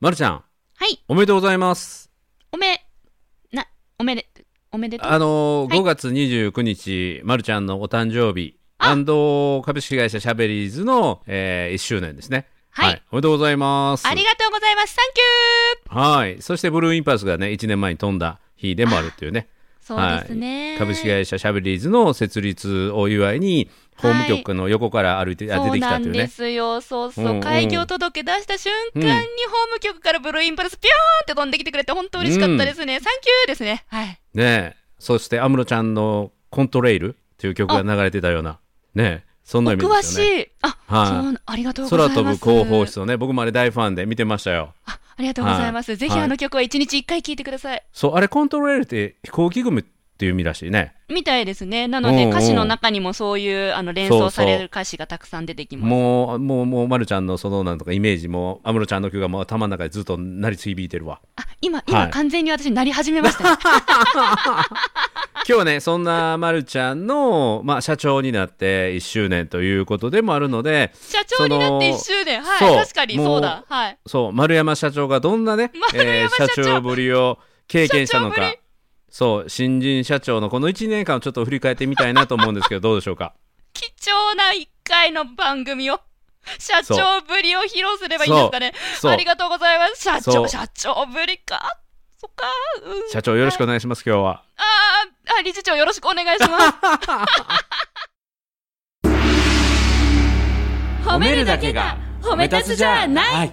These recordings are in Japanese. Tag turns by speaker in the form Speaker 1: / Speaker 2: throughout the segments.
Speaker 1: まるちゃん、
Speaker 2: はい、
Speaker 1: おめでとうございます。
Speaker 2: おめ、な、おめで、おめでとう。
Speaker 1: あのー、
Speaker 2: はい
Speaker 1: 5月29日、まるちゃんのお誕生日、
Speaker 2: あ
Speaker 1: アンド株式会社シャベリーズの、え1周年ですね。
Speaker 2: はい
Speaker 1: おめでとうございます。
Speaker 2: ありがとうございます。サンキ
Speaker 1: はい。そして、ブルーインパルスがね、1年前に飛んだ日でもあるっていうね。
Speaker 2: ュー。そうですね。
Speaker 1: はい、株式会社シャベリーズの設立を祝いに、法務局の横から歩いて、あ
Speaker 2: そ
Speaker 1: 出
Speaker 2: う
Speaker 1: てきた
Speaker 2: な
Speaker 1: ってい
Speaker 2: ん
Speaker 1: う
Speaker 2: で
Speaker 1: ね。
Speaker 2: すよ。そうそう。
Speaker 1: うんうん
Speaker 2: 開業届出した瞬間に
Speaker 1: うん
Speaker 2: 法務局からブルーインパルスピョーンって飛んできてくれて本当嬉しかったですね。サンキューですね。はい。
Speaker 1: ねえそして、安室ちゃんのコントレイルっていう曲が流れてたような。ねえそん
Speaker 2: お
Speaker 1: な意味ですよね。
Speaker 2: 詳しい。あ、
Speaker 1: はい
Speaker 2: そうなありがとうござい
Speaker 1: 空
Speaker 2: ます。
Speaker 1: 飛ぶ広報室のね僕もあれ大ファンで見てましたよ
Speaker 2: あ。ありがとうございます。
Speaker 1: はい
Speaker 2: ぜひあの曲は一日一回聴いてください。
Speaker 1: そうあれコントロールって飛行機組っていう意味らしいね
Speaker 2: みたいですね。なの
Speaker 1: うん
Speaker 2: で
Speaker 1: うん
Speaker 2: 歌詞の中にもそういうあの連
Speaker 1: そ
Speaker 2: 想
Speaker 1: うそ
Speaker 2: さ
Speaker 1: う
Speaker 2: れる歌詞がたくさん出てきます。
Speaker 1: もうもうもうまるちゃんのそのなんとかイメージも安室ちゃんの曲がもう頭の中でずっと鳴り響いてるわ
Speaker 2: あ、今、今、
Speaker 1: はい
Speaker 2: 完全に私、なり始めましたね。
Speaker 1: 今日はねそんなまるちゃんの、まあ、社長になって1周年ということでもあるので
Speaker 2: 社長になって1周年。は
Speaker 1: そ
Speaker 2: い。
Speaker 1: の
Speaker 2: 確かに、
Speaker 1: そう
Speaker 2: そうだ。はい。
Speaker 1: そう丸山社長がどんなね
Speaker 2: 丸山社
Speaker 1: 社
Speaker 2: 長
Speaker 1: 長ぶりを経験したの
Speaker 2: 社長ぶ
Speaker 1: か
Speaker 2: り
Speaker 1: そう新人社長のこの1年間をちょっと振り返ってみたいなと思うんですけどどうでしょうか
Speaker 2: 貴重な1回の番組を、社
Speaker 1: そう
Speaker 2: 長ぶりを披露すればいいんですかね。
Speaker 1: そう
Speaker 2: ありがとうございます。社
Speaker 1: そ
Speaker 2: 長、
Speaker 1: う
Speaker 2: 社長ぶりか。そっか。うん、
Speaker 1: 社長よろしくお願いします今日は。
Speaker 2: あーあ、理事長よろしくお願いし ます。
Speaker 3: は
Speaker 2: 褒
Speaker 3: い、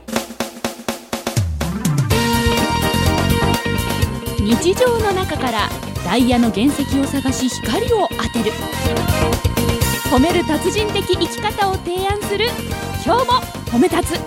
Speaker 4: 日常の中からダイヤの原石を探し光を当てる褒める達人的生き方を提案する今日も褒め立つ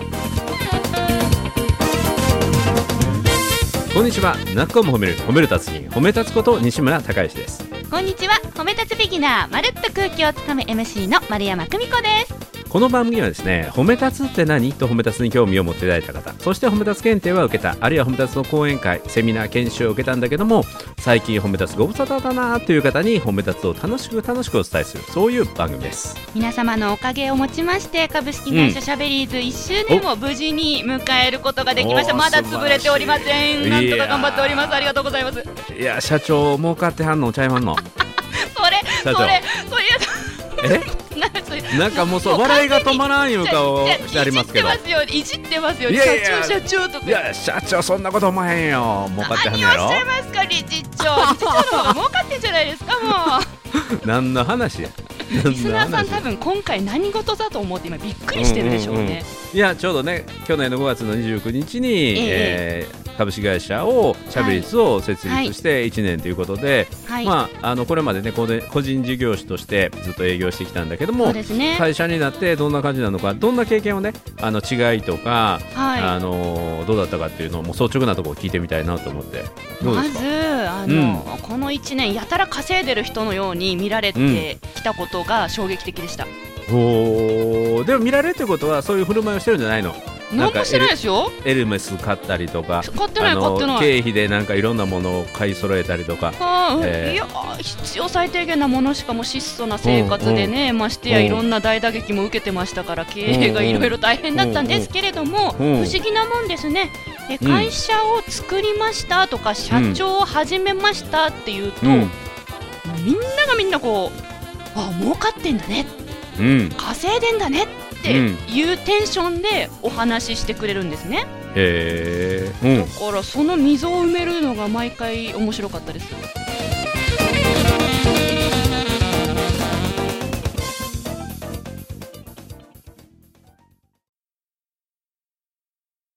Speaker 1: こんにちは。なっこも褒める褒める達人褒め立つこと西村孝之です。
Speaker 2: こんにちは。褒め立つビギナー、まるっと空気をつかむ MC の丸山久美子です。
Speaker 1: この番組はですね、褒め立つって何と褒め立つに興味を持っていただいた方、そして褒め立つ検定は受けた、あるいは褒め立つの講演会、セミナー、研修を受けたんだけども、最近褒め立つご無沙汰だなという方に褒め立つを楽しく楽しくお伝えする、そういう番組です。
Speaker 2: 皆様のおかげをもちまして株式会社シャベリーズ1周年を無事に迎えることができました、
Speaker 1: おー
Speaker 2: まだ潰れておりませ
Speaker 1: 素晴
Speaker 2: ん
Speaker 1: ら
Speaker 2: な
Speaker 1: し
Speaker 2: ん
Speaker 1: い
Speaker 2: とか頑張っておりますありがとうございますそれ
Speaker 1: いや、社長、儲かってはんのちゃいま んの。
Speaker 2: そ
Speaker 1: 社長
Speaker 2: れそうい
Speaker 1: え
Speaker 2: うなんかそういう
Speaker 1: なんかもうそう、
Speaker 2: もう
Speaker 1: 笑いが止まらんいう顔を
Speaker 2: いや
Speaker 1: してありますけど。
Speaker 2: いじってますよいじってますよ
Speaker 1: いやいや
Speaker 2: 社長社長とか
Speaker 1: いや、社長、そんなこと思わへんよ。儲かってはん
Speaker 2: 何
Speaker 1: の
Speaker 2: を
Speaker 1: や
Speaker 2: し
Speaker 1: ろ
Speaker 2: ちゃいますか理事長理事長の方が儲かってんじゃないですか も
Speaker 1: 何の話や。
Speaker 2: う
Speaker 1: 何
Speaker 2: リス
Speaker 1: の
Speaker 2: ナーさん
Speaker 1: 話
Speaker 2: 多分今回何事だと思って今びっくりしてるでしょうね、
Speaker 1: うんうんうんいやちょうどね去年の5月の29日に、え
Speaker 2: え
Speaker 1: ー株式会社をシャベリスを設立して1年ということで、
Speaker 2: はい、
Speaker 1: まあ、あのこれまでねこれ個人事業主としてずっと営業してきたんだけど
Speaker 2: そう
Speaker 1: も
Speaker 2: ですね
Speaker 1: 会社になってどんな感じなのかどんな経験をねあの違いとか、
Speaker 2: はい
Speaker 1: あのどうだったかっていうのをもう率直なところを聞いてみたいなと思ってどうで
Speaker 2: ます
Speaker 1: か
Speaker 2: ずあの、この1年やたら稼いでる人のように見られてきたことが衝撃的でした、
Speaker 1: おーでも見られるってことはそういう振る舞いをしてるんじゃないのなん
Speaker 2: 何
Speaker 1: か
Speaker 2: もしてないですよ
Speaker 1: エルメス買ったりとか
Speaker 2: 買ってない
Speaker 1: あ
Speaker 2: 買って
Speaker 1: の
Speaker 2: ない
Speaker 1: 経費でなんかいろんなものを買い揃えたりとか
Speaker 2: あー
Speaker 1: えー
Speaker 2: いやー必要最低限なものしかもう質素な生活でね、ましてや
Speaker 1: うん
Speaker 2: いろんな大打撃も受けてましたから経営がいろいろ大変だったんですけれども、
Speaker 1: うんうんうん
Speaker 2: 不思議なもんですねえ
Speaker 1: うん
Speaker 2: 会社を作りましたとか社長を始めましたっていうと、もうみんながみんなこうあ儲かってんだね
Speaker 1: うん、
Speaker 2: 稼いでんだねっていうテンションでお話ししてくれるんですね、
Speaker 1: えー、うん
Speaker 2: だからその溝を埋めるのが毎回面白かったです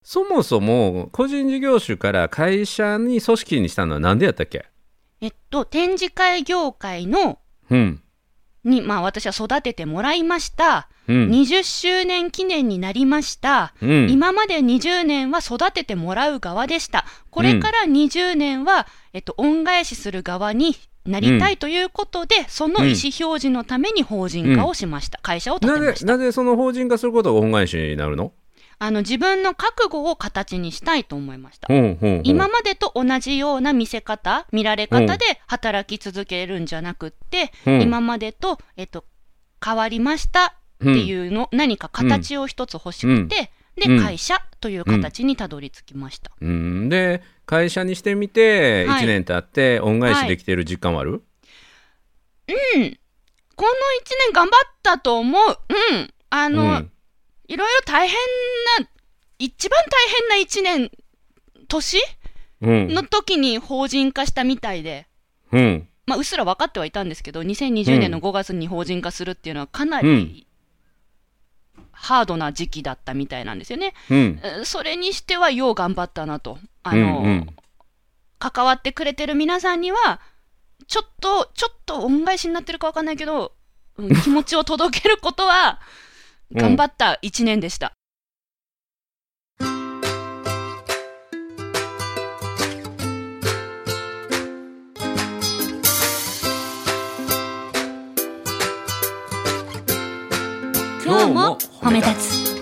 Speaker 1: そもそも個人事業主から会社に組織にしたのはなんでやったっけ
Speaker 2: えっと展示会業界の
Speaker 1: うん
Speaker 2: にまあ私は育ててもらいました、
Speaker 1: うん
Speaker 2: 20周年記念になりました、
Speaker 1: うん
Speaker 2: 今まで20年は育ててもらう側でしたこれから20年は、えっと、恩返しする側になりたいということで、その意思表示のために法人化をしました、会社を立
Speaker 1: な
Speaker 2: てま
Speaker 1: ぜ
Speaker 2: した
Speaker 1: なぜその法人化することが恩返しになるの
Speaker 2: あの自分の覚悟を形にしたいと思いました。
Speaker 1: ほうほうほう
Speaker 2: 今までと同じような見せ方、見られ
Speaker 1: うん
Speaker 2: 方で働き続けるんじゃなくって、
Speaker 1: うん
Speaker 2: 今までと、えっと、変わりましたっていうの、何か形を一つ欲しくて、で、
Speaker 1: うん
Speaker 2: 会社という形にたどり着きました。
Speaker 1: うんで会社にしてみて
Speaker 2: はい
Speaker 1: 1年経って恩返しできてる実感はある、
Speaker 2: この1年頑張ったと思う。うん。あの、
Speaker 1: うん
Speaker 2: いろいろ大変な、一番大変な1年、年
Speaker 1: うん
Speaker 2: の時に法人化したみたいで、
Speaker 1: うん
Speaker 2: まあ、うっすら分かってはいたんですけど、2020年の5月に法人化するっていうのはかなり、
Speaker 1: うん
Speaker 2: ハードな時期だったみたいなんですよね。
Speaker 1: うん
Speaker 2: うんそれにしてはよう頑張ったなと。あ
Speaker 1: うん
Speaker 2: の、
Speaker 1: うん
Speaker 2: 関わってくれてる皆さんには、ちょっと、ちょっと恩返しになってるかわかんないけど、 うん気持ちを届けることは、
Speaker 1: うん
Speaker 2: 頑張った1年でした。
Speaker 4: 今日も褒め立つ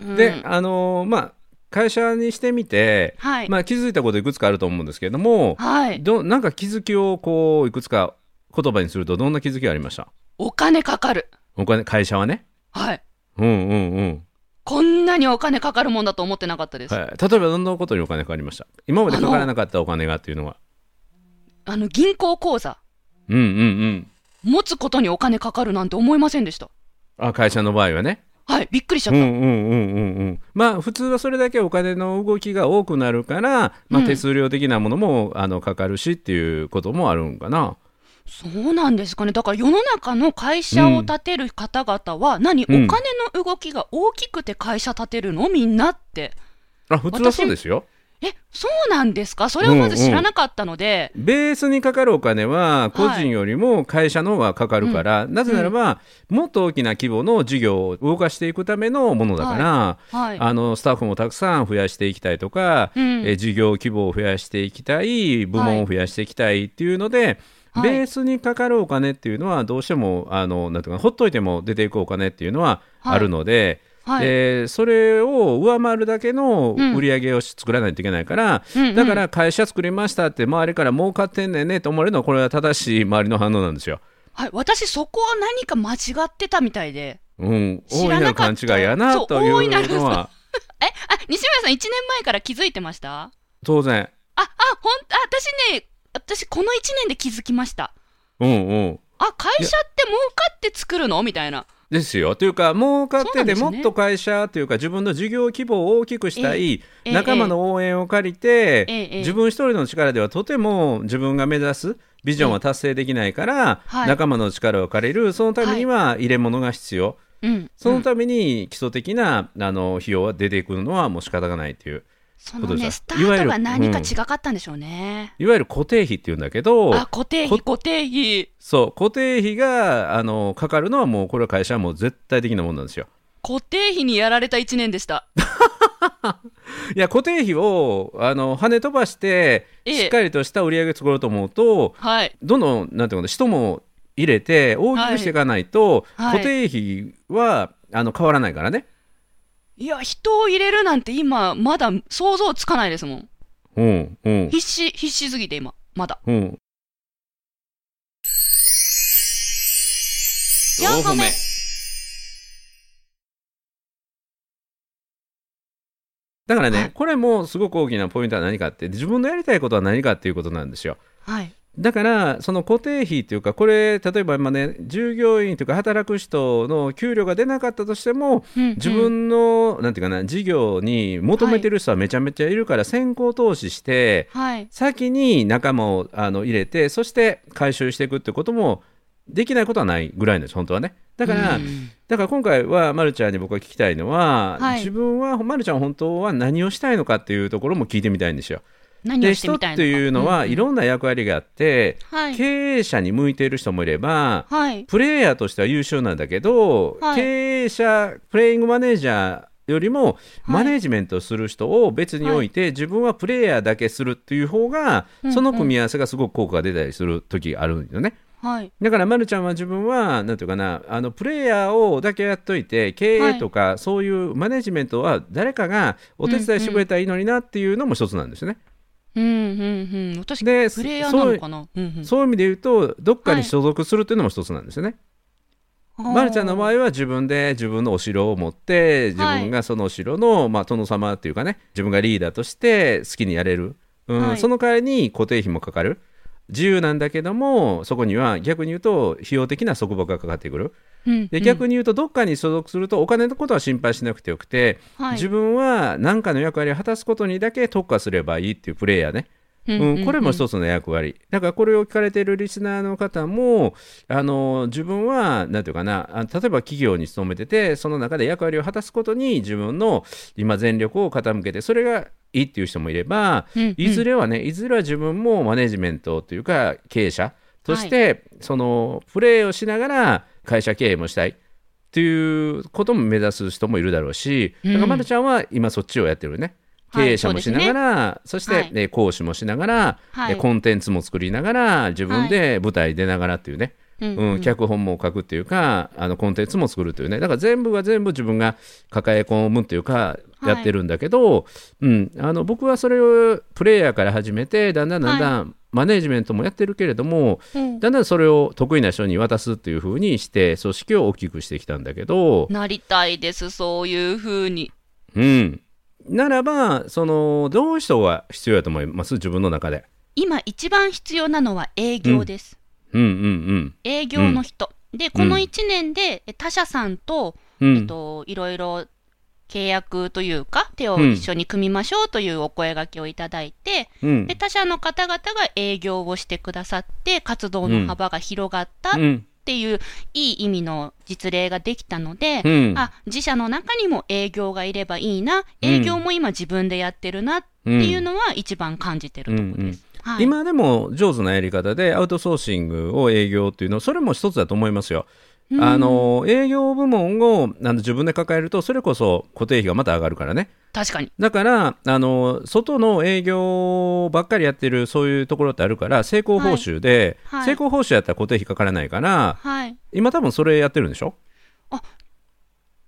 Speaker 2: うん
Speaker 1: であのーまあ会社にしてみて、
Speaker 2: はい。
Speaker 1: まあ、気づいたこといくつかあると思うんですけれども
Speaker 2: はい。
Speaker 1: どなんか気づきをこういくつか言葉にするとどんな気づきがありました
Speaker 2: お金かかる。
Speaker 1: お金会社はね
Speaker 2: はい。
Speaker 1: うんうんうん、
Speaker 2: こんなにお金かかるもんだと思ってなかったです。
Speaker 1: はい、例えばどんなことにお金かかりました今までかからなかったお金がっていうのは
Speaker 2: あの、銀行口座、
Speaker 1: うんうんうん
Speaker 2: 持つことにお金かかるなんて思いませんでした。
Speaker 1: あ会社の場合はね
Speaker 2: はい。びっくりしちゃっ
Speaker 1: う
Speaker 2: た。
Speaker 1: んうんうんうんうんまあ普通はそれだけお金の動きが多くなるから、まあ、
Speaker 2: うん
Speaker 1: 手数料的なものも、あのかかるしっていうこともあるんかな
Speaker 2: そうなんですかね。だから世の中の会社を建てる方々は、何、
Speaker 1: うん
Speaker 2: お金の動きが大きくて会社建てるのみんなって。
Speaker 1: あ普通はそうですよ
Speaker 2: え、そうなんですかそれをまず知らなかったので、
Speaker 1: ベースにかかるお金は個人よりも会社の方がかかるから、なぜならば、もっと大きな規模の事業を動かしていくためのものだから、
Speaker 2: はい。
Speaker 1: あのスタッフもたくさん増やしていきたいとか、
Speaker 2: うん
Speaker 1: え事業規模を増やしていきたい部門を増やしていきたいっていうので、
Speaker 2: はい
Speaker 1: ベースにかかるお金っていうのはどうしてもあのなんていうかなほっといても出ていくお金っていうのは
Speaker 2: はい
Speaker 1: あるので、
Speaker 2: はい。
Speaker 1: えーそれを上回るだけの
Speaker 2: うん
Speaker 1: 売り上げをし作らないといけないから、
Speaker 2: うんうん
Speaker 1: だから会社作りましたって周りから儲かってんねんねと思われるのはこれは正しい周りの反応なんですよ。
Speaker 2: はい。私そこは何か間違ってたみたいで。
Speaker 1: うん、
Speaker 2: 知
Speaker 1: 大い
Speaker 2: ら
Speaker 1: な
Speaker 2: な
Speaker 1: る
Speaker 2: か
Speaker 1: 勘
Speaker 2: った
Speaker 1: 違いやなとい
Speaker 2: そう大いな
Speaker 1: う
Speaker 2: る
Speaker 1: のは
Speaker 2: え、あ、西村さん1年前から気づいてました
Speaker 1: 当然。
Speaker 2: あ、あ、ほん、あ、私ね、私この1年で気づきました。
Speaker 1: うんうん
Speaker 2: あ、会社って儲かって作るのみたいな。
Speaker 1: ですよというか儲かっ
Speaker 2: そうな
Speaker 1: て
Speaker 2: ん
Speaker 1: で
Speaker 2: です
Speaker 1: も
Speaker 2: ね
Speaker 1: っと会社というか自分の事業規模を大きくしたい
Speaker 2: ええ
Speaker 1: 仲間の応援を借りて
Speaker 2: ええ
Speaker 1: 自分一人の力ではとても自分が目指すビジョンは達成できないから
Speaker 2: えはい
Speaker 1: 仲間の力を借りるそのためには入れ物が必要
Speaker 2: うん。
Speaker 1: その
Speaker 2: うん
Speaker 1: ために基礎的なあの費用は出てくるのはもう仕方がないという
Speaker 2: そ
Speaker 1: こと
Speaker 2: の
Speaker 1: で
Speaker 2: ね、
Speaker 1: し
Speaker 2: ス
Speaker 1: た
Speaker 2: タ
Speaker 1: いわゆ
Speaker 2: ー
Speaker 1: る
Speaker 2: トが何か違かったんでしょうね。
Speaker 1: いわゆる固定費っていうんだけど
Speaker 2: あ、固定費、
Speaker 1: こ
Speaker 2: 固定費。
Speaker 1: そう固定費があのかかるのはもうこれは会社はもう絶対的なものなんですよ。
Speaker 2: 固定費にやられた1年でした。
Speaker 1: いや固定費をあの跳ね飛ばして
Speaker 2: ええ
Speaker 1: しっかりとした売り上げ作ろうと思うと、
Speaker 2: はい。
Speaker 1: どんどんなんていうのかな人も入れて大きくしていかないと、
Speaker 2: はい
Speaker 1: 固定費はあの変わらないからね。
Speaker 2: いや、人を入れるなんて今、まだ想像つかないですもん。
Speaker 1: うんうん
Speaker 2: 必死、必死すぎて今、まだ。
Speaker 1: うん。
Speaker 2: 四個目
Speaker 1: だからね、
Speaker 2: はい
Speaker 1: これもすごく大きなポイントは何かって自分のやりたいことは何かっていうことなんですよ。
Speaker 2: はい。
Speaker 1: だからその固定費というかこれ例えば今ね従業員というか働く人の給料が出なかったとしても
Speaker 2: うん
Speaker 1: 自、分の、なんていうかな事業に求めてる人はめちゃめちゃいるから先行投資して、
Speaker 2: はい。
Speaker 1: 先に仲間をあの入れてそして回収していくってこともできないことはないぐらいなんです本当はねだから、
Speaker 2: うん
Speaker 1: だから今回はまるちゃんに僕が聞きたいのは、
Speaker 2: はい
Speaker 1: 自分はまるちゃん本当は何をしたいのかっていうところも聞いてみたいんですよ。
Speaker 2: 何
Speaker 1: で
Speaker 2: をして
Speaker 1: 人っ
Speaker 2: みたいのか
Speaker 1: ていうのは
Speaker 2: ん
Speaker 1: いろんな役割があって、
Speaker 2: はい
Speaker 1: 経営者に向いている人もいれば、
Speaker 2: はい。
Speaker 1: プレイヤーとしては優秀なんだけど、
Speaker 2: はい
Speaker 1: 経営者プレイングマネージャーよりも
Speaker 2: い
Speaker 1: マネージメントする人を別に置いて、自分はプレイヤーだけするっていう方が、
Speaker 2: うんうん
Speaker 1: その組み合わせがすごく効果が出たりする時があるんよね。
Speaker 2: はい。
Speaker 1: だから、ま、るちゃんは自分はなんていうかなあのプレイヤーをだけやっといて経営とか、そういうマネージメントは誰かがお手伝いしてくれたらいいのになっていうのも一つなんですね。
Speaker 2: ううんうんうん私
Speaker 1: で
Speaker 2: プレイヤーなのかなうんうん
Speaker 1: そういう意味で言うとどっかに所属するっていうのも一つなんですよね。
Speaker 2: あー
Speaker 1: まるちゃんの場合は自分で自分のお城を持って自分がそのお城の、まあ、殿様っていうかね自分がリーダーとして好きにやれる、うん
Speaker 2: はい
Speaker 1: その代わりに固定費もかかる自由なんだけどもそこには逆に言うと費用的な束縛がかかってくる
Speaker 2: うん
Speaker 1: で逆
Speaker 2: に
Speaker 1: に言うとどっかに所属するとお金のことは心配しなくてよくて、自分は何かの役割を果たすことにだけ特化すればいいっていうプレイヤーねうん、これも一つの役割だからこれを聞かれているリスナーの方もあの自分は何ていうかなあ例えば企業に勤めててその中で役割を果たすことに自分の今全力を傾けてそれがいいっていう人もいればいず
Speaker 2: れ
Speaker 1: れはねいずれは自分もマネジメントというか経営者として、そのプレーをしながら会社経営もしたいっていうことも目指す人もいるだろうしだか
Speaker 2: う
Speaker 1: ら
Speaker 2: ん
Speaker 1: まるちゃんは今そっちをやってるよね。
Speaker 2: はい
Speaker 1: 経営者もしながら、そして、
Speaker 2: はい
Speaker 1: ね講師もしながら、
Speaker 2: はい
Speaker 1: えコンテンツも作りながら自分で舞台出ながらっていうね、うん脚本も書くっていうかあのコンテンツも作るというねだから全部が全部自分が抱え込むというか
Speaker 2: はい
Speaker 1: やってるんだけど、うん、あの僕はそれをプレイヤーから始めてだんだんだんだんマネジメントもやってるけれども、だんだんそれを得意な人に渡すっていう風にして組織を大きくしてきたんだけど、
Speaker 2: なりたいですそういうふうに
Speaker 1: うん、ならばそのどういう人が必要やと思います自分の中で。
Speaker 2: 今一番必要なのは営業です
Speaker 1: うんうん
Speaker 2: 営業の人。で、この1年でえ他社さんと、
Speaker 1: うんう
Speaker 2: えっ
Speaker 1: ん
Speaker 2: と、いろいろ契約というか、手を一緒に組みましょうというお声掛けをいただいて、
Speaker 1: うん
Speaker 2: で、他社の方々が営業をしてくださって、活動の幅が広がったっ
Speaker 1: うん
Speaker 2: ていう、いい意味の実例ができたので、
Speaker 1: うん
Speaker 2: あ、自社の中にも営業がいればいいな、営業も今自分でやってるなっていうのは一番感じてるところです。はい。
Speaker 1: 今でも上手なやり方でアウトソーシングを営業っていうのはそれも一つだと思いますよ。
Speaker 2: うん
Speaker 1: あの営業部門をあの自分で抱えるとそれこそ固定費がまた上がるからね
Speaker 2: 確かに。
Speaker 1: だからあの外の営業ばっかりやってるそういうところってあるから成功報酬で、
Speaker 2: はいはい
Speaker 1: 成功報酬やったら固定費かからないから
Speaker 2: はい。
Speaker 1: 今多分それやってるんでしょ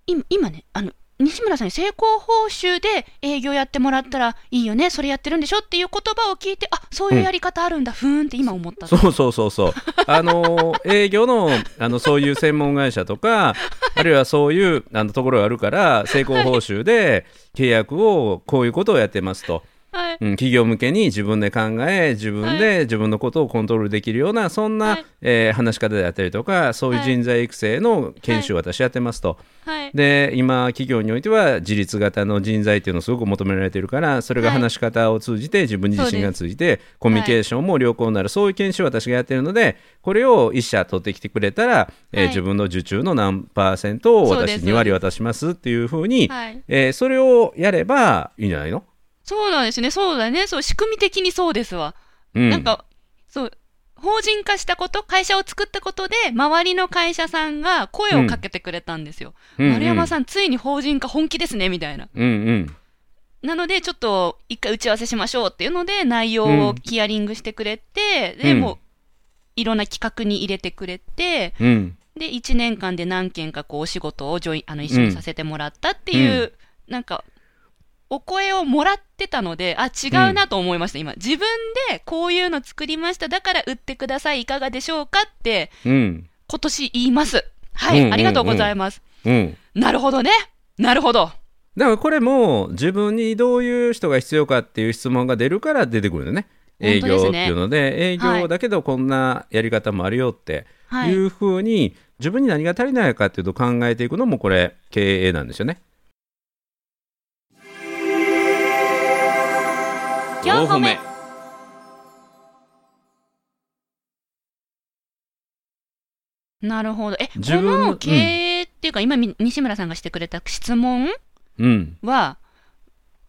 Speaker 2: 今今ねあの西村さんに成功報酬で営業やってもらったらいいよねそれやってるんでしょっていう言葉を聞いてあそういうやり方あるんだ、ふーんって今思った
Speaker 1: そうそうそうそうあの営業のあのそういう専門会社と かあるいはそういうあのところがあるから成功報酬で契約をこういうことをやってますと。
Speaker 2: はい
Speaker 1: うん、企業向けに自分で考え自分で自分のことをコントロールできるようなそんな、
Speaker 2: はい
Speaker 1: えー話し方であったりとかそういう
Speaker 2: はい
Speaker 1: 人材育成の研修を私やってますと、
Speaker 2: は い
Speaker 1: で今企業においては自立型の人材っていうのをすごく求められてるからそれが
Speaker 2: はい
Speaker 1: 話し方を通じて自分自身が通じてコミュニケーションも良好になる、そういう研修を私がやってるのでこれを一社取ってきてくれたら、えー
Speaker 2: はい
Speaker 1: 自分の受注の何パーセントを
Speaker 2: そうで
Speaker 1: 私
Speaker 2: す
Speaker 1: 2割渡しますっていうふうに、
Speaker 2: はい
Speaker 1: えーそれをやればいいんじゃないの、
Speaker 2: そうなんですねそうだねそう仕組み的にそうですわ、
Speaker 1: うん、
Speaker 2: なんかそう法人化したこと会社を作ったことで周りの会社さんが声をかけてくれたんですよ、
Speaker 1: うんうん
Speaker 2: 丸山さんついに法人化本気ですねみたいな
Speaker 1: うんうん
Speaker 2: なので、ちょっと一回打ち合わせしましょうっていうので、内容をヒアリングしてくれて、で、
Speaker 1: うん
Speaker 2: もう、いろんな企画に入れてくれて、
Speaker 1: うん
Speaker 2: で、1年間で何件かこう、お仕事をジョインあの一緒にさせてもらったっていう、なんか、お声をもらってたので、あ、違うなと思いました、今。自分でこういうの作りました、だから売ってください、いかがでしょうかって、
Speaker 1: うん
Speaker 2: 今年言います。はい、
Speaker 1: うんうんうん
Speaker 2: ありがとうございます。
Speaker 1: うん
Speaker 2: なるほどね。なるほど。
Speaker 1: だからこれも自分にどういう人が必要かっていう質問が出るから出てくるよね営
Speaker 2: 本当
Speaker 1: 業
Speaker 2: で
Speaker 1: って
Speaker 2: すね
Speaker 1: いうので営
Speaker 2: は
Speaker 1: 業
Speaker 2: い
Speaker 1: だけどこんなやり方もあるよって
Speaker 2: はいい。
Speaker 1: うふうに、自分に何が足りないかっていうと考えていくのもこれ経営なんですよね。
Speaker 4: 4歩目
Speaker 2: なるほど。え、こ
Speaker 1: 自分の
Speaker 2: の経営っていうか、今み、西村さんがしてくれた質問
Speaker 1: うん、
Speaker 2: は、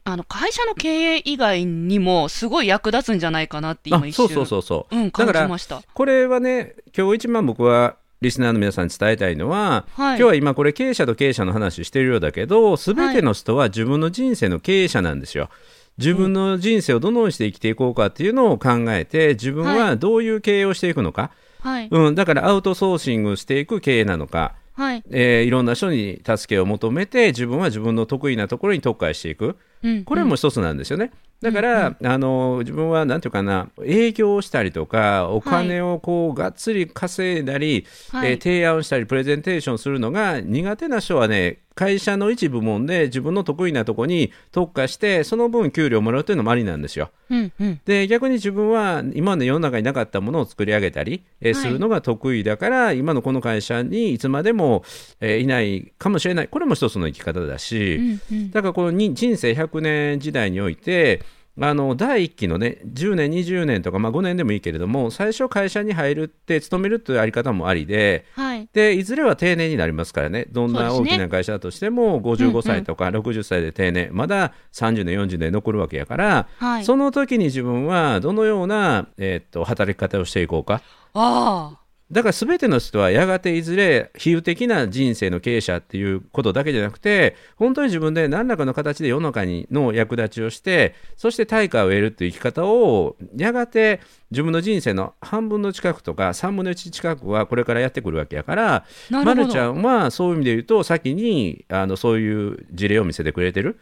Speaker 2: あの、会社の経営以外にも、すごい役立つんじゃないかなって、
Speaker 1: あ
Speaker 2: 今一
Speaker 1: そ
Speaker 2: 瞬。
Speaker 1: うそうそうそう
Speaker 2: うん、
Speaker 1: だ
Speaker 2: 感
Speaker 1: か
Speaker 2: じ
Speaker 1: ら
Speaker 2: ました。
Speaker 1: これはね今日一番僕はリスナーの皆さんに伝えたいのは、
Speaker 2: は
Speaker 1: 今
Speaker 2: い。
Speaker 1: 日は今これ経営者と経営者の話してるようだけど全ての人は自分の人生の経営者なんですよ。自分の人生をどのようにして生きていこうかっていうのを考えて自分はどういう経営をしていくのか、
Speaker 2: はい。
Speaker 1: うん、だからアウトソーシングしていく経営なのか、
Speaker 2: はい。
Speaker 1: えーいろんな人に助けを求めて自分は自分の得意なところに特化していく
Speaker 2: うん。
Speaker 1: これも一つなんですよね。だから、あの自分はなんていうかな営業をしたりとかお金をこう、がっつり稼いだり、
Speaker 2: はい
Speaker 1: えー提案したりプレゼンテーションするのが苦手な人はね会社の一部門で自分の得意なとこに特化してその分給料もらうというのもありなんですよ。
Speaker 2: うんうん
Speaker 1: で逆に自分は今まで世の中になかったものを作り上げたり、えー
Speaker 2: はい
Speaker 1: するのが得意だから、今のこの会社にいつまでも、えーいないかもしれないこれも一つの生き方だし、
Speaker 2: うんうん
Speaker 1: だからこのに人生100年時代においてあの第1期のね10年20年とか、まあ、5年でもいいけれども最初会社に入るって勤めるというあり方もありで。
Speaker 2: はい
Speaker 1: でいずれは定年になりますからね、どんな
Speaker 2: そう
Speaker 1: 大
Speaker 2: ですね
Speaker 1: きな会社だとしても、
Speaker 2: うんうん
Speaker 1: 55歳とか60歳で定年、まだ30年、40年残るわけやから、
Speaker 2: はい
Speaker 1: その時に自分はどのような、えーっと働き方をしていこうか。
Speaker 2: ああ
Speaker 1: だから全ての人はやがていずれ比喩的な人生の経営者っていうことだけじゃなくて本当に自分で何らかの形で世の中にの役立ちをしてそして対価を得るっていう生き方をやがて自分の人生の半分の近くとか3分の1近くはこれからやってくるわけやから
Speaker 2: な
Speaker 1: ま
Speaker 2: る
Speaker 1: る
Speaker 2: ほ
Speaker 1: ちゃ
Speaker 2: ど
Speaker 1: んはそういう意味で言うと先にあのそういう事例を見せてくれてる。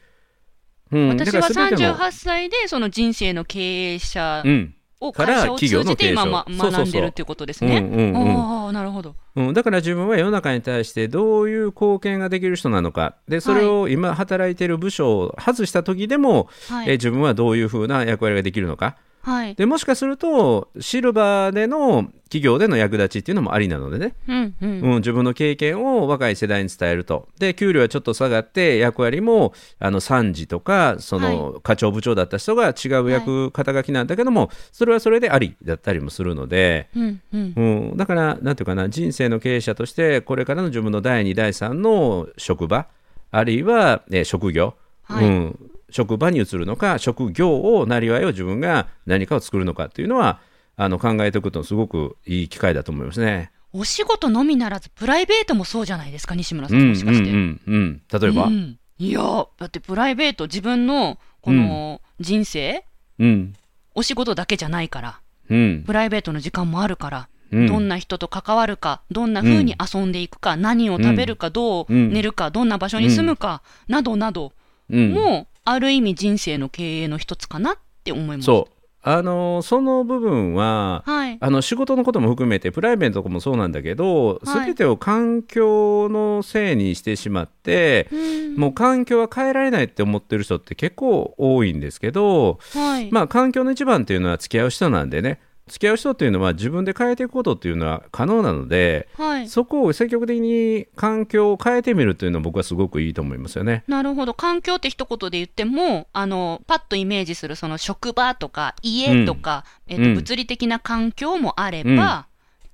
Speaker 1: うん、
Speaker 2: 私は
Speaker 1: だから全ての
Speaker 2: 38歳でその人生の経営者
Speaker 1: うん
Speaker 2: を
Speaker 1: か
Speaker 2: 会
Speaker 1: ら
Speaker 2: 社を
Speaker 1: 企業
Speaker 2: 通
Speaker 1: の
Speaker 2: じて
Speaker 1: 継承
Speaker 2: 今、ま、
Speaker 1: そうそう
Speaker 2: 学ん
Speaker 1: そ
Speaker 2: で
Speaker 1: う
Speaker 2: るっていうことです
Speaker 1: うん
Speaker 2: ね。
Speaker 1: うんうん、
Speaker 2: ああなるほど。
Speaker 1: うん、だから自分は世の中に対してどういう貢献ができる人なのかでそれを今働いている部署を外した時でも、
Speaker 2: は
Speaker 1: え
Speaker 2: い
Speaker 1: 自分はどういうふうな役割ができるのか
Speaker 2: はい。
Speaker 1: でもしかするとシルバーでの企業での役立ちっていうのもありなのでね、
Speaker 2: うんうん。
Speaker 1: うん、自分の経験を若い世代に伝えるとで給料はちょっと下がって役割もあの参事とかその課長部長だった人が違う役、肩書きなんだけどもそれはそれでありだったりもするので。
Speaker 2: うんうん。
Speaker 1: うん、だから、なんていうかな、人生の経営者として、これからの自分の第2、第3の職場、あるいは、えー職業、
Speaker 2: はい
Speaker 1: うん、職場に移るのか、職業を、なりわいを自分が何かを作るのかっていうのは、あの考えておくと、すごくいい機会だと思いますね。
Speaker 2: お仕事のみならず、プライベートもそうじゃないですか、西村
Speaker 1: う
Speaker 2: さ
Speaker 1: ん、うん
Speaker 2: ん、もしかして。
Speaker 1: うん、うん、例えば、う、
Speaker 2: うんんいやー、だってプライベート、自分のこの人生、
Speaker 1: うん、
Speaker 2: お仕事だけじゃないから、
Speaker 1: うん、
Speaker 2: プライベートの時間もあるから、
Speaker 1: うん
Speaker 2: どんな人と関わるか、どんな風に遊んでいくか、何を食べるか、どう
Speaker 1: うん
Speaker 2: 寝るか、どんな場所に住むか、などなど、
Speaker 1: うん、
Speaker 2: もう、ある意味人生の経営の一つかなって思います。
Speaker 1: そう。あのーその部分は、
Speaker 2: はい。
Speaker 1: あの仕事のことも含めてプライベートのこともそうなんだけど、
Speaker 2: はい
Speaker 1: 全てを環境のせいにしてしまって、
Speaker 2: うん
Speaker 1: もう環境は変えられないって思ってる人って結構多いんですけど、
Speaker 2: はい。
Speaker 1: まあ環境の一番っていうのは付き合う人なんでね付き合う人っていうのは自分で変えていくことっていうのは可能なので、
Speaker 2: はい。
Speaker 1: そこを積極的に環境を変えてみるっていうのは僕はすごくいいと思いますよね。
Speaker 2: なるほど。環境って一言で言っても、あの、パッとイメージする、その職場とか家とか、えっ
Speaker 1: う
Speaker 2: と、
Speaker 1: ん
Speaker 2: 物理的な環境もあれば、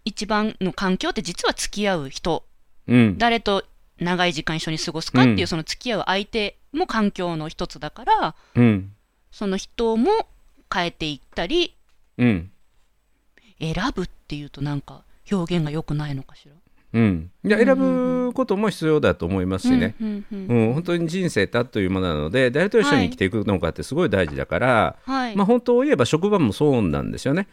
Speaker 2: 一番の環境って実は付き合う人、
Speaker 1: うん、
Speaker 2: 誰と長い時間一緒に過ごすかっていう、
Speaker 1: うん
Speaker 2: その付き合う相手も環境の一つだから、
Speaker 1: うん、
Speaker 2: その人も変えていったり、
Speaker 1: うん、
Speaker 2: 選ぶっていうとなんか表現が良くないのかしら。
Speaker 1: うん。いや
Speaker 2: うん
Speaker 1: 選ぶことも必要だと思いますしね。
Speaker 2: うんうんうん
Speaker 1: うん、本当に人生ってあっという間なので誰と一緒に生きていくのかってすごい大事だから、
Speaker 2: はい。
Speaker 1: まあ、本当を言えば職場もそうなんですよね。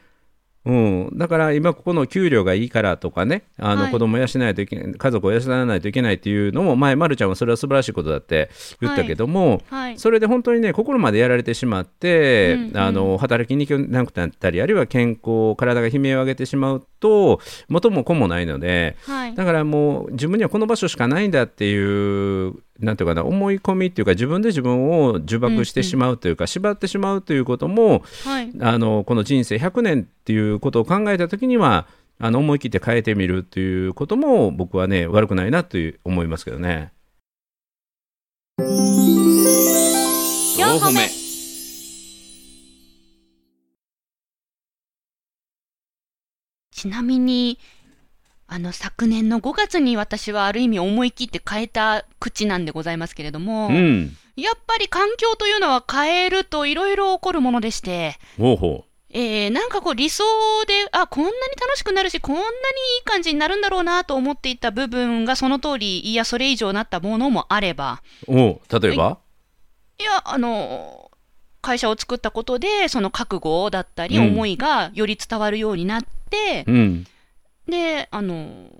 Speaker 1: うん、だから今ここの給料がいいからとかねあ
Speaker 2: は
Speaker 1: の
Speaker 2: い
Speaker 1: 子供を養わないといけない、家族を養わないといけないっていうのも前、ま、るちゃんはそれは素晴らしいことだって言ったけども、
Speaker 2: はい。
Speaker 1: それで本当にね心までやられてしまって、
Speaker 2: うんうん
Speaker 1: あの働きに行けなくなったりあるいは健康体が悲鳴を上げてしまうと元も子もないので、
Speaker 2: はい。
Speaker 1: だからもう自分にはこの場所しかないんだっていうなんていうかな思い込みっていうか自分で自分を呪縛してしまうというか、縛ってしまうということも
Speaker 2: はい。
Speaker 1: あのこの人生100年っていうことを考えた時にはあの思い切って変えてみるっていうことも僕はね悪くないなという思いますけどね。
Speaker 4: 4歩目
Speaker 2: ちなみに、あの、昨年の5月に私はある意味思い切って変えた口なんでございますけれども、
Speaker 1: うん、
Speaker 2: やっぱり環境というのは変えるといろいろ起こるものでして、
Speaker 1: ほうほ
Speaker 2: えー、なんかこう理想で、あ、こんなに楽しくなるし、こんなにいい感じになるんだろうなと思っていた部分がその通り、いや、それ以上なったものもあれば、
Speaker 1: うおう例えば、
Speaker 2: いや、あの、会社を作ったことで、その覚悟だったり、
Speaker 1: うん
Speaker 2: 思いがより伝わるようになって、
Speaker 1: うん
Speaker 2: で、あの、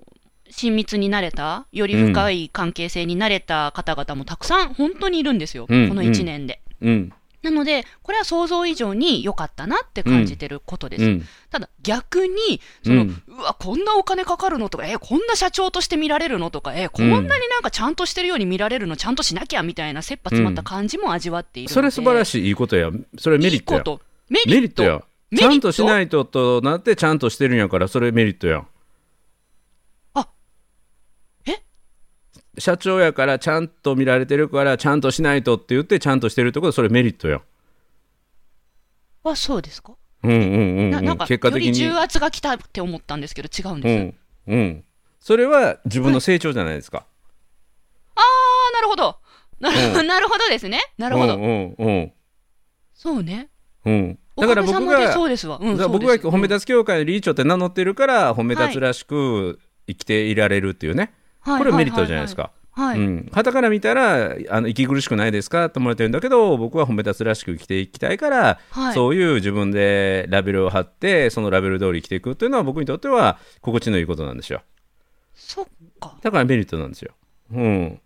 Speaker 2: 親密になれた、より深い関係性になれた方々もたくさん本当にいるんですよ、
Speaker 1: うん
Speaker 2: この1年で。
Speaker 1: うん
Speaker 2: なので、これは想像以上に良かったなって感じてることです。
Speaker 1: うん
Speaker 2: ただ、逆に、その、
Speaker 1: う
Speaker 2: うんわ、こんなお金かかるのとか、え、こんな社長として見られるのとか、え、こんなになんかちゃんとしてるように見られるの、ちゃんとしなきゃみたいな、切羽詰まった感じも味わっているので、
Speaker 1: それ素晴ら
Speaker 2: い。
Speaker 1: しいいいことやそれメリット
Speaker 2: いい
Speaker 1: や
Speaker 2: こと。メ
Speaker 1: メ
Speaker 2: リ
Speaker 1: リ
Speaker 2: ッ
Speaker 1: ット
Speaker 2: ト。
Speaker 1: や
Speaker 2: メ
Speaker 1: ち
Speaker 2: リット
Speaker 1: ゃんとしないととなってちゃんとしてるんやからそれメリットや
Speaker 2: あえ
Speaker 1: 社長やからちゃんと見られてるからちゃんとしないとって言ってちゃんとしてるってことそれメリットや
Speaker 2: あ、そうですか。
Speaker 1: うんうんうん、
Speaker 2: な
Speaker 1: う
Speaker 2: なんんか、
Speaker 1: 結果
Speaker 2: よ
Speaker 1: 的に
Speaker 2: り重圧が来たって思ったんですけど、違うん
Speaker 1: う
Speaker 2: です。
Speaker 1: んうんそれは自分の成長じゃないですか、
Speaker 2: あー、なるほど。な,、 なるほどですね。 なるほ
Speaker 1: う
Speaker 2: ど。
Speaker 1: んうんうん
Speaker 2: そうね。
Speaker 1: うん
Speaker 2: お
Speaker 1: だか
Speaker 2: からげさ
Speaker 1: 僕
Speaker 2: まで
Speaker 1: が
Speaker 2: そうですわ。うん、
Speaker 1: だから僕が
Speaker 2: そうです
Speaker 1: 褒め立つ協会の理事長って名乗ってるから褒め立つらしく生きていられるっていうね、
Speaker 2: はい
Speaker 1: これメリットじゃないですか。
Speaker 2: はい。
Speaker 1: う
Speaker 2: はい
Speaker 1: ん、傍から見たらあの息苦しくないですかって思われてるんだけど僕は褒め立つらしく生きていきたいから、
Speaker 2: はい
Speaker 1: そういう自分でラベルを貼ってそのラベル通り生きていくっていうのは僕にとっては心地のいいことなんですよ
Speaker 2: そっか。
Speaker 1: だからメリットなんですよ、うん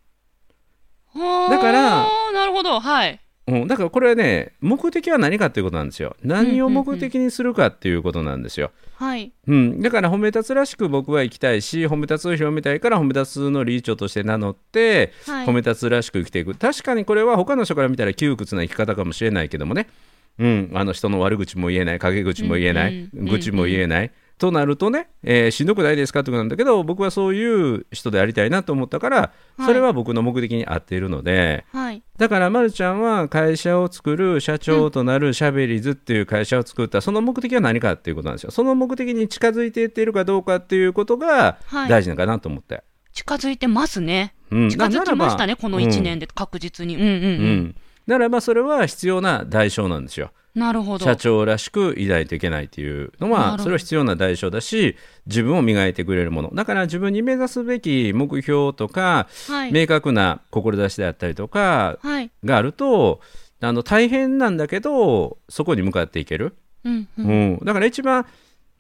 Speaker 1: だ
Speaker 2: だ
Speaker 1: から、
Speaker 2: なるほど、はい。
Speaker 1: うん、だからこれはね目的は何かっていうことなんですよ何を目的にするかっていうことなんですよ、
Speaker 2: はい。
Speaker 1: うん、だから褒め立つらしく僕は行きたいし褒め立つを広めたいから褒め立つの理事長として名乗って、
Speaker 2: はい
Speaker 1: 褒め立つらしく生きていく確かにこれは他の人から見たら窮屈な生き方かもしれないけどもね、うん、あの人の悪口も言えない陰口も言えない、
Speaker 2: うんうん
Speaker 1: 愚痴も言えない、となるとね、えーしんどくないですかってことなんだけど僕はそういう人でありたいなと思ったから
Speaker 2: はい
Speaker 1: それは僕の目的に合っているので。
Speaker 2: はい。
Speaker 1: だから、ま、るちゃんは会社を作る社長となるシャベリズっていう会社を作った、その目的は何かっていうことなんですよその目的に近づいていっているかどうかっていうことが
Speaker 2: はい
Speaker 1: 大事なのかなと思って、
Speaker 2: 近づいてますね。
Speaker 1: うん
Speaker 2: 近づきましたね、この1、年
Speaker 1: な
Speaker 2: で、確実に。うんうん
Speaker 1: らばう
Speaker 2: うん
Speaker 1: うん
Speaker 2: ん。
Speaker 1: ならばそれは必要な代償なんですよ
Speaker 2: なるほど。
Speaker 1: 社長らしくいないといけないっていうの
Speaker 2: なる
Speaker 1: は
Speaker 2: ほど
Speaker 1: それは必要な代償だし自分を磨いてくれるものだから自分に目指すべき目標とか、
Speaker 2: はい。
Speaker 1: 明確な志であったりとか
Speaker 2: はい。
Speaker 1: があるとあの大変なんだけどそこに向かっていける、
Speaker 2: うん
Speaker 1: う
Speaker 2: う。
Speaker 1: んんだから一番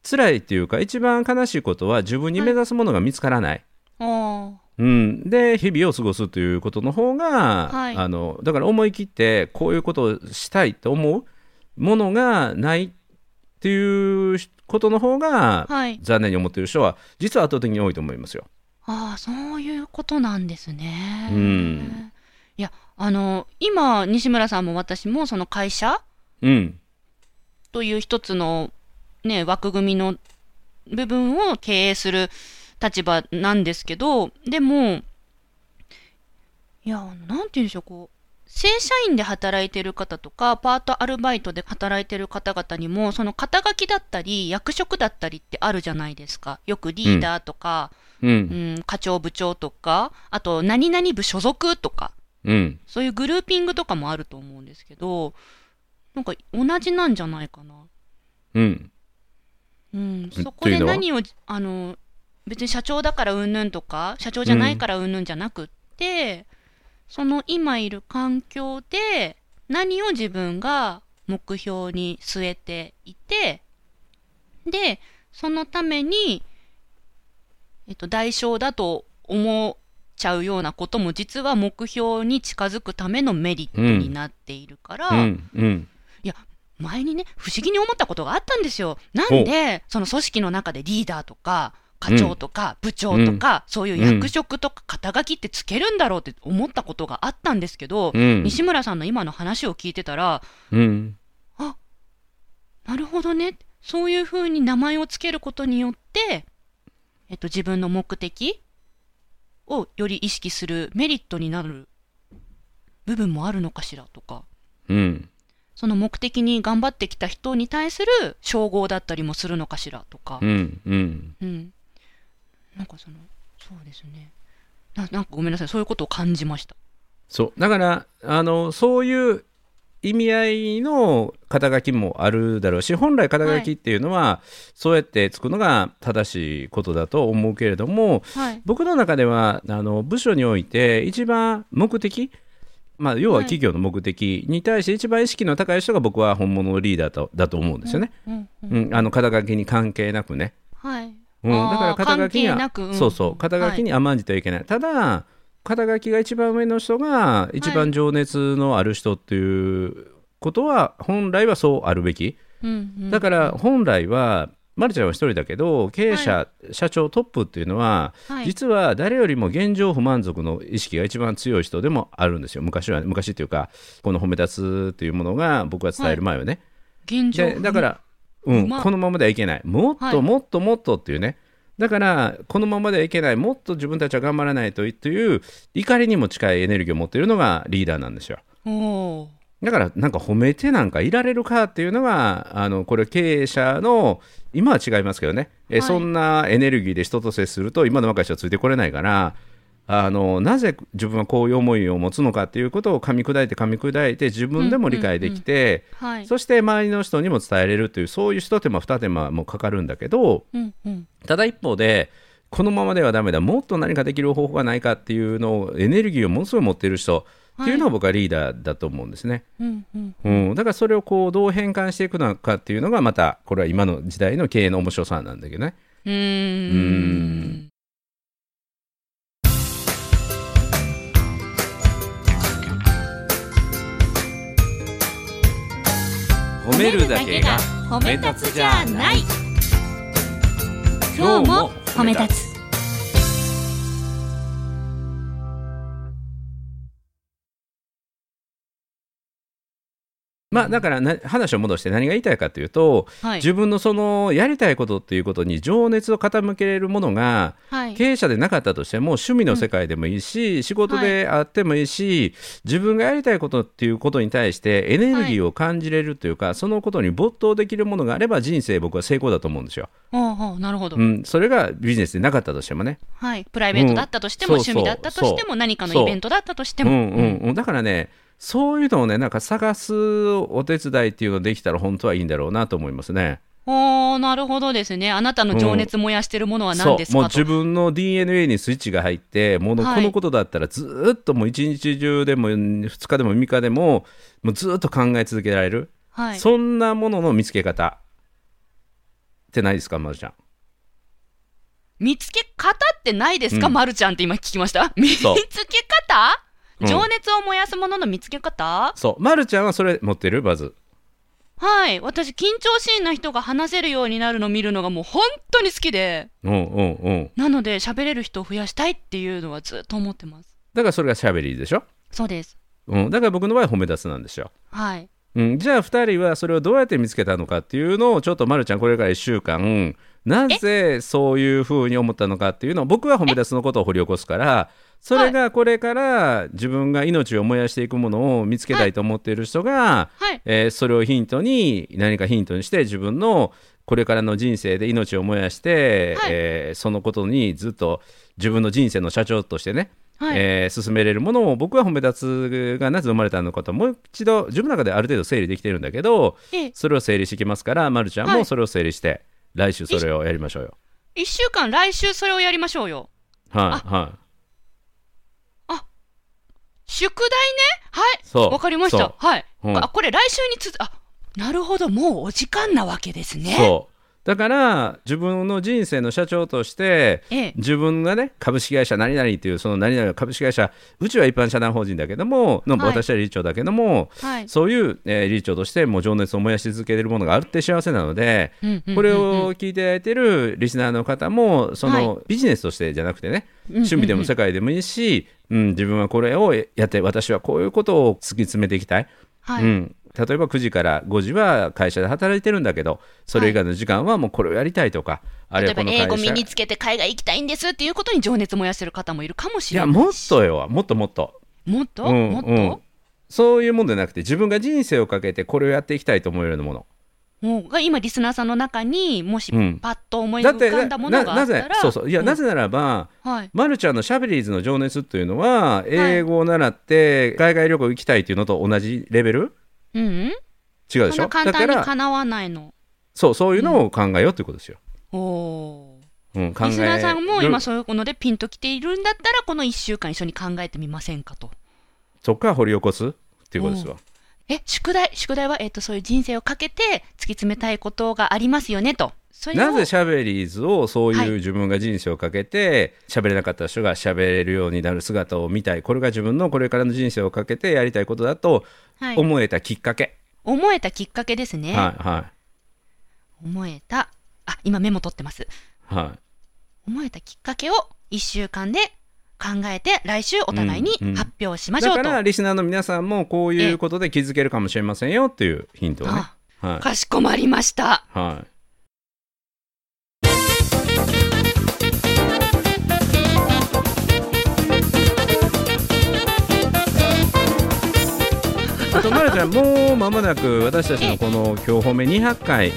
Speaker 1: 辛いっていうか一番悲しいことは自分に目指すものが見つからない、
Speaker 2: あ
Speaker 1: うん、で日々を過ごすということの方が、
Speaker 2: はい
Speaker 1: あのだから思い切ってこういうことをしたいと思うものがないっていうことの方が、
Speaker 2: あ。はい。
Speaker 1: 残念に思っている人は実は圧倒的に多いと思いますよ。
Speaker 2: ああ、そういうことなんですね。
Speaker 1: うん
Speaker 2: いや、あの、今、西村さんも私も、その会社
Speaker 1: うん
Speaker 2: という一つの、ね、枠組みの部分を経営する立場なんですけど、でも、いや、なんて言うんでしょう、こう、正社員で働いてる方とか、パートアルバイトで働いてる方々にも、その肩書きだったり、役職だったりってあるじゃないですか。よくリーダーとか、
Speaker 1: う
Speaker 2: うんん、課長部長とか、あと、何々部所属とか、
Speaker 1: うん
Speaker 2: そういうグルーピングとかもあると思うんですけど、なんか同じなんじゃないかな。
Speaker 1: うん
Speaker 2: うん、
Speaker 1: うん
Speaker 2: そこと
Speaker 1: いう
Speaker 2: で
Speaker 1: のは
Speaker 2: 何をあの別に社長だからうんぬんとか社長じゃないからうんぬんじゃなくって、その今いる環境で何を自分が目標に据えていてでそのために、えっと、代償だと思っちゃうようなことも実は目標に近づくためのメリットになっているから、
Speaker 1: うんうん
Speaker 2: いや、前にね、不思議に思ったことがあったんですよ。なんで、その組織の中でリーダーとか、課長とか、部長とか、そういう役職とか肩書きってつけるんだろうって思ったことがあったんですけど、
Speaker 1: うん
Speaker 2: 西村さんの今の話を聞いてたら、
Speaker 1: うん
Speaker 2: なるほどね。そういうふうに名前をつけることによって、えっと、自分の目的をより意識するメリットになる部分もあるのかしらとか。
Speaker 1: うん
Speaker 2: その目的に頑張ってきた人に対する称号だったりもするのかしらとか
Speaker 1: う、んうん
Speaker 2: うんなんかそのそうですねななんかごめんなさいそういうことを感じました
Speaker 1: そうだからあのそういう意味合いの肩書きもあるだろうし本来肩書きっていうのは、そうやってつくのが正しいことだと思うけれども
Speaker 2: はい
Speaker 1: 僕の中ではあの部署において一番目的まあ、要は
Speaker 2: はい
Speaker 1: 企業の目的に対して一番意識の高い人が僕は本物のリーダーとだと思うんですよね。
Speaker 2: うんうん
Speaker 1: うん、あの肩書きに関係なくね。
Speaker 2: はい
Speaker 1: うん、
Speaker 2: あー
Speaker 1: だから肩書きには
Speaker 2: 関係なくうん
Speaker 1: そうそう肩書きに甘んじてはいけない、ただ肩書きが一番上の人が一番情熱のある人っていうことは本来はそうあるべき
Speaker 2: うんうん
Speaker 1: だから本来はまるちゃんは一人だけど経営者、
Speaker 2: は
Speaker 1: 社長トップっていうのは、
Speaker 2: はい
Speaker 1: 実は誰よりも現状不満足の意識が一番強い人でもあるんですよ昔は昔っていうかこの褒め立つっていうものが僕が伝える前はね、
Speaker 2: 現状
Speaker 1: でだから、うん、
Speaker 2: まあ
Speaker 1: このままではいけないもっ
Speaker 2: は
Speaker 1: と
Speaker 2: い
Speaker 1: もっともっとっていうね、だからこのままではいけないもっと自分たちは頑張らないといという怒りにも近いエネルギーを持っているのがリーダーなんですよ
Speaker 2: おー
Speaker 1: だからなんか褒めてなんかいられるかっていうのがあのこれ経営者の今は違いますけどね、え
Speaker 2: はい
Speaker 1: そんなエネルギーで人と接すると今の若い人はついてこれないからあのなぜ自分はこういう思いを持つのかっていうことを噛み砕いて噛み砕いて自分でも理解できて、
Speaker 2: はい
Speaker 1: そして周りの人にも伝えれるというそういう一手間二手間もかかるんだけど
Speaker 2: うんうん
Speaker 1: ただ一方でこのままではダメだもっと何かできる方法がないかっていうのをエネルギーをものすごい持っている人っていうのは僕はリーダーだと思うんですね、
Speaker 2: うんうん
Speaker 1: うん、だからそれをこうどう変換していくのかっていうのがまたこれは今の時代の経営の面白さなんだけどね
Speaker 2: う
Speaker 1: うー
Speaker 2: ーん
Speaker 1: 褒めるだけが
Speaker 4: 褒
Speaker 1: め立つじゃない
Speaker 4: 今日も褒め立つ
Speaker 1: まあだからな話を戻して何が言いたいかというと、
Speaker 2: はい
Speaker 1: 自分のそのやりたいことっていうことに情熱を傾けれるものが
Speaker 2: はい
Speaker 1: 経営者でなかったとしても趣味の世界でもいいし、仕事であってもいいし、自分がやりたいことっていうことに対してエネルギーを感じれるというか、そのことに没頭できるものがあれば人生僕は成功だと思うんですよ、
Speaker 2: ほうほうなるほど
Speaker 1: うん、それがビジネスでなかったとしてもね、
Speaker 2: はいプライベートだったとしても
Speaker 1: うん
Speaker 2: 趣味だったと
Speaker 1: そう
Speaker 2: し
Speaker 1: そ
Speaker 2: て
Speaker 1: う
Speaker 2: も何か
Speaker 1: そ
Speaker 2: の
Speaker 1: う
Speaker 2: イベントだったとして
Speaker 1: う
Speaker 2: も
Speaker 1: んうんうん、だからねそういうのをねなんか探すお手伝いっていうのできたら本当はいいんだろうなと思いますね。
Speaker 2: おーなるほどですねあなたの情熱燃やしてるものは
Speaker 1: そ
Speaker 2: 何で
Speaker 1: う
Speaker 2: す
Speaker 1: もう
Speaker 2: かと
Speaker 1: 自分の DNA にスイッチが入ってもう
Speaker 2: はい
Speaker 1: このことだったらずーっともう一日中でも2日でも3日でももうずーっと考え続けられる、
Speaker 2: はい
Speaker 1: そんなものの見つけ方ってないですかまるちゃん
Speaker 2: 見つけ方ってないですか、
Speaker 1: うん
Speaker 2: まるちゃんって今聞きました 見つけ
Speaker 1: そう
Speaker 2: 方
Speaker 1: うん
Speaker 2: 情熱を燃やすものの見つけ方、
Speaker 1: そうまるちゃんはそれ持ってるバズ
Speaker 2: はい私緊張しいな人が話せるようになるの見るのがもう本当に好きで
Speaker 1: うんうんうん
Speaker 2: なので喋れる人を増やしたいっていうのはずっと思ってます
Speaker 1: だからそれがしゃべりでしょ、
Speaker 2: そうです
Speaker 1: うん、だから僕の場合は褒め出すなんですよ
Speaker 2: はい
Speaker 1: うん、じゃあ2人はそれをどうやって見つけたのかっていうのをちょっとまるちゃんこれから1週間なぜそういうふうに思ったのかっていうのを僕は褒め出すのことを掘り起こすからそれがこれから自分が命を燃やしていくものを見つけたいと思っている人が、
Speaker 2: はい
Speaker 1: えーそれをヒントに何かヒントにして自分のこれからの人生で命を燃やして、
Speaker 2: はい
Speaker 1: えーそのことにずっと自分の人生の社長としてね
Speaker 2: はい、
Speaker 1: えー進めれるものを僕は褒め立つがなぜ生まれたのかともう一度自分の中である程度整理できてるんだけど
Speaker 2: え
Speaker 1: それを整理してきますから、ま、るちゃん
Speaker 2: は
Speaker 1: も
Speaker 2: い
Speaker 1: それを整理して、来週それをやりましょうよ。
Speaker 2: 1週間来週それをやりましょうよ
Speaker 1: はい、はい
Speaker 2: 宿題ねはい
Speaker 1: そう
Speaker 2: わかりまし
Speaker 1: そう
Speaker 2: たはい、
Speaker 1: うん
Speaker 2: あこれ来週につあなるほどもうお時間なわけですね
Speaker 1: そうだから自分の人生の社長として
Speaker 2: ええ
Speaker 1: 自分がね株式会社何々っていうその何々株式会社うちは一般社団法人だけどもの、
Speaker 2: はい
Speaker 1: 私は理事長だけども
Speaker 2: はい
Speaker 1: そういう、えー理事長としてもう情熱を燃やし続けてるものがあるって幸せなので、
Speaker 2: うんうんうんうん
Speaker 1: これを聞いていただいてるリスナーの方もその、ビジネスとしてじゃなくてね趣味でも世界でもいいし、うん自分はこれをやって私はこういうことを突き詰めていきたい、
Speaker 2: はい、
Speaker 1: うん、例えば9時から5時は会社で働いてるんだけどそれ以外の時間はもうこれをやりたいとか、あるい
Speaker 2: 例
Speaker 1: は
Speaker 2: えば
Speaker 1: この
Speaker 2: 英語
Speaker 1: 会
Speaker 2: 身
Speaker 1: 社
Speaker 2: につけて海外行きたいんですっていうことに情熱燃やしてる方もいるかもし
Speaker 1: い
Speaker 2: れな
Speaker 1: や
Speaker 2: い
Speaker 1: もっとよもっともっと
Speaker 2: もっと、
Speaker 1: うん
Speaker 2: もっ
Speaker 1: うん
Speaker 2: と、
Speaker 1: そういうもんじゃなくて自分が人生をかけてこれをやっていきたいと思えるようなもの
Speaker 2: もうが今リスナーさんの中にもし
Speaker 1: うん
Speaker 2: パッと思い
Speaker 1: だっ
Speaker 2: 浮
Speaker 1: て
Speaker 2: かんだものがあ
Speaker 1: な
Speaker 2: ったら、
Speaker 1: ぜそうそういや、
Speaker 2: ん
Speaker 1: なぜならば、
Speaker 2: はい
Speaker 1: ま、るちゃんのシャベリーズの情熱っていうのは英語を習って海外旅行行きたいっていうのと同じレベル
Speaker 2: うんうん
Speaker 1: 違うで
Speaker 2: そん
Speaker 1: しょ
Speaker 2: な簡
Speaker 1: だか
Speaker 2: 単に
Speaker 1: ら
Speaker 2: かなわないの
Speaker 1: そうそういうのを考えようっていうことですよ、
Speaker 2: おお
Speaker 1: うん、考え
Speaker 2: リスナーさんも今
Speaker 1: る
Speaker 2: そういうのでピンときているんだったらこの1週間一緒に考えてみませんかと
Speaker 1: そっから掘り起こすっていうことですわ
Speaker 2: え宿題宿題は、えっとそういう人生をかけて突き詰めたいことがありますよねとそれを
Speaker 1: なぜシャベリーズをそう
Speaker 2: はいいう
Speaker 1: 自分が人生をかけて喋れなかった人が喋れるようになる姿を見たいこれが自分のこれからの人生をかけてやりたいことだと
Speaker 2: はい
Speaker 1: 思えたきっかけ、
Speaker 2: 思えたきっかけですね。
Speaker 1: はいは
Speaker 2: 思えた。あ、今メモ取ってます。
Speaker 1: いはい
Speaker 2: 思えたきっかけを1週間で考えて、来週お互いに
Speaker 1: うんうん
Speaker 2: 発表しましょ
Speaker 1: だ
Speaker 2: うと。
Speaker 1: からリスナーの皆さんもこういうことで気づけるかもしれませんよっていうヒントをね
Speaker 2: あ
Speaker 1: はい
Speaker 2: かしこまりました。
Speaker 1: はいあとまるちゃんもう間もなく私たちのこの今日褒め200回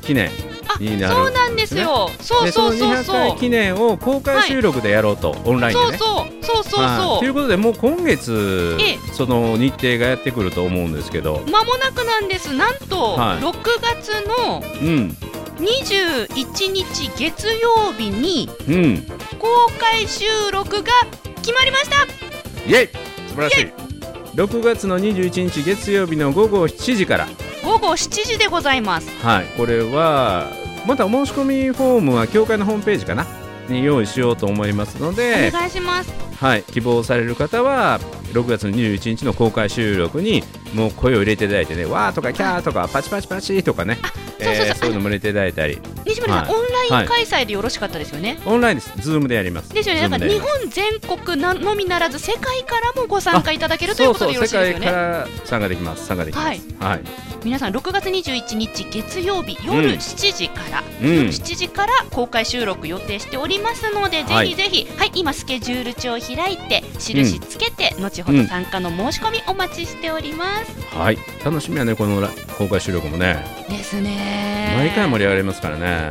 Speaker 1: 記念
Speaker 2: あ、
Speaker 1: いいね
Speaker 2: そうなんですよ。そう
Speaker 1: でそ
Speaker 2: そう
Speaker 1: の
Speaker 2: そう
Speaker 1: 200
Speaker 2: そう。
Speaker 1: 回記念を公開収録でやろうと、オンラインで
Speaker 2: そう
Speaker 1: ね。
Speaker 2: そうそうそう
Speaker 1: はいとい
Speaker 2: そう
Speaker 1: ことでもう今月
Speaker 2: え
Speaker 1: その日程がやってくると思うんですけど
Speaker 2: う。、間もなくなんです。なんと、
Speaker 1: はい
Speaker 2: 6月の
Speaker 1: うん
Speaker 2: 21日月曜日に
Speaker 1: うん
Speaker 2: 公開収録が決まりました。
Speaker 1: イエイ素晴らしい6月の21日月曜日の午後7時から、
Speaker 2: 午後7時でございます。
Speaker 1: はい、これはまたお申し込みフォームは協会のホームページかなに用意しようと思いますの
Speaker 2: お
Speaker 1: で、
Speaker 2: 願いします。
Speaker 1: はい、希望される方は6月の21日の公開収録にもう声を入れていただいてね「わー」とか「キャー」とか「パチパチパチ」とかね
Speaker 2: そうそうそう
Speaker 1: えーそういうのも入れていただいたり
Speaker 2: 西村さん、
Speaker 1: は
Speaker 2: オンライン開催でよろしかったですよね。
Speaker 1: オンラインです Zoom でやります
Speaker 2: ですよね、なんか
Speaker 1: Zoom で
Speaker 2: 日本全国なのみならず世界からもご参加いただけるということでよ
Speaker 1: そう
Speaker 2: ろしい
Speaker 1: そう
Speaker 2: で
Speaker 1: 世
Speaker 2: す
Speaker 1: 界
Speaker 2: よね
Speaker 1: から参加できます参加できます、
Speaker 2: はい
Speaker 1: はい
Speaker 2: 皆さん6月21日月曜日
Speaker 1: うん
Speaker 2: 夜7時から、
Speaker 1: うん
Speaker 2: 夜7時から公開収録予定しておりますので、
Speaker 1: はい
Speaker 2: ぜひぜひ、はい、今スケジュール帳を開いて印つけて、後ほど参加の申し込みお待ちしております、
Speaker 1: はい、楽しみやねこのら公開収録もね、
Speaker 2: ですね
Speaker 1: 毎回盛り上がりますからね。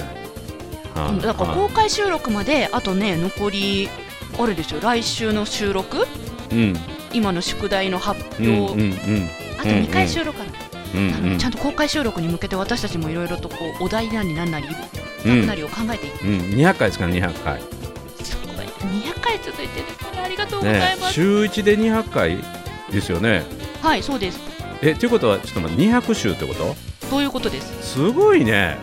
Speaker 1: はい
Speaker 2: うんだから
Speaker 1: は
Speaker 2: 公開収録まであとね残りあれですよ来週の収録
Speaker 1: いうん
Speaker 2: 今の宿題の発
Speaker 1: う
Speaker 2: 表、
Speaker 1: んうんうん
Speaker 2: あと2回収録かな、
Speaker 1: うん
Speaker 2: あ
Speaker 1: う
Speaker 2: の
Speaker 1: ん
Speaker 2: ちゃんと公開収録に向けて私たちもいろいろとこうお題なりなんなり
Speaker 1: う
Speaker 2: なん
Speaker 1: ん
Speaker 2: なりを考えていっ
Speaker 1: うん200回ですから200回
Speaker 2: て、すごい200回続いてるからありがとうござ
Speaker 1: ね
Speaker 2: います、
Speaker 1: 週1で200回ですよね
Speaker 2: はいそうです
Speaker 1: えということはちょっと待って200週ってこと
Speaker 2: そういうことです
Speaker 1: すごいね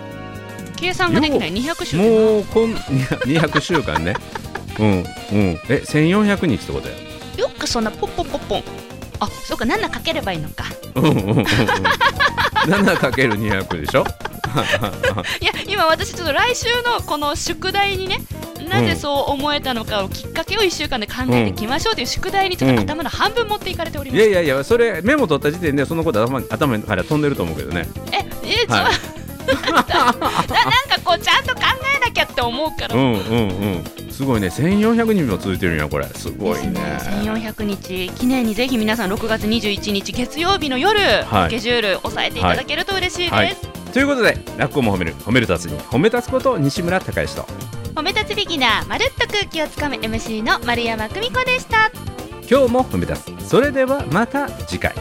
Speaker 2: 計算ができない200週も
Speaker 1: もうこん200週間ねうんうんえ1400日ってことや
Speaker 2: よくそんなポッポッポッポンあそうか7かければいいのか
Speaker 1: うんうんうんうん 7×200 でしょ
Speaker 2: いや今私ちょっと来週のこの宿題にねなぜそう思えたのかをきっかけを1週間で考えていきましょうという宿題にちょっと頭の半分持っていかれており
Speaker 1: い
Speaker 2: ます、
Speaker 1: やいやいやそれメモ取った時点でそのこと頭頭から飛んでると思うけどね
Speaker 2: ええ ちょ、
Speaker 1: は
Speaker 2: ななんかこうちゃんと考えなきゃって思うから
Speaker 1: うんうんうんすごいね1400人も続いてるんやこれすごいね
Speaker 2: です1400日記念にぜひ皆さん6月21日月曜日の夜、
Speaker 1: はい
Speaker 2: スケジュール押さえていただけると嬉しいです、
Speaker 1: はいということでラッコも褒める褒める達に褒め立つこと西村孝之と
Speaker 2: 褒め立つビギナーまるっと空気をつかむ MC の丸山久美子でした
Speaker 1: 今日も褒め立つそれではまた次回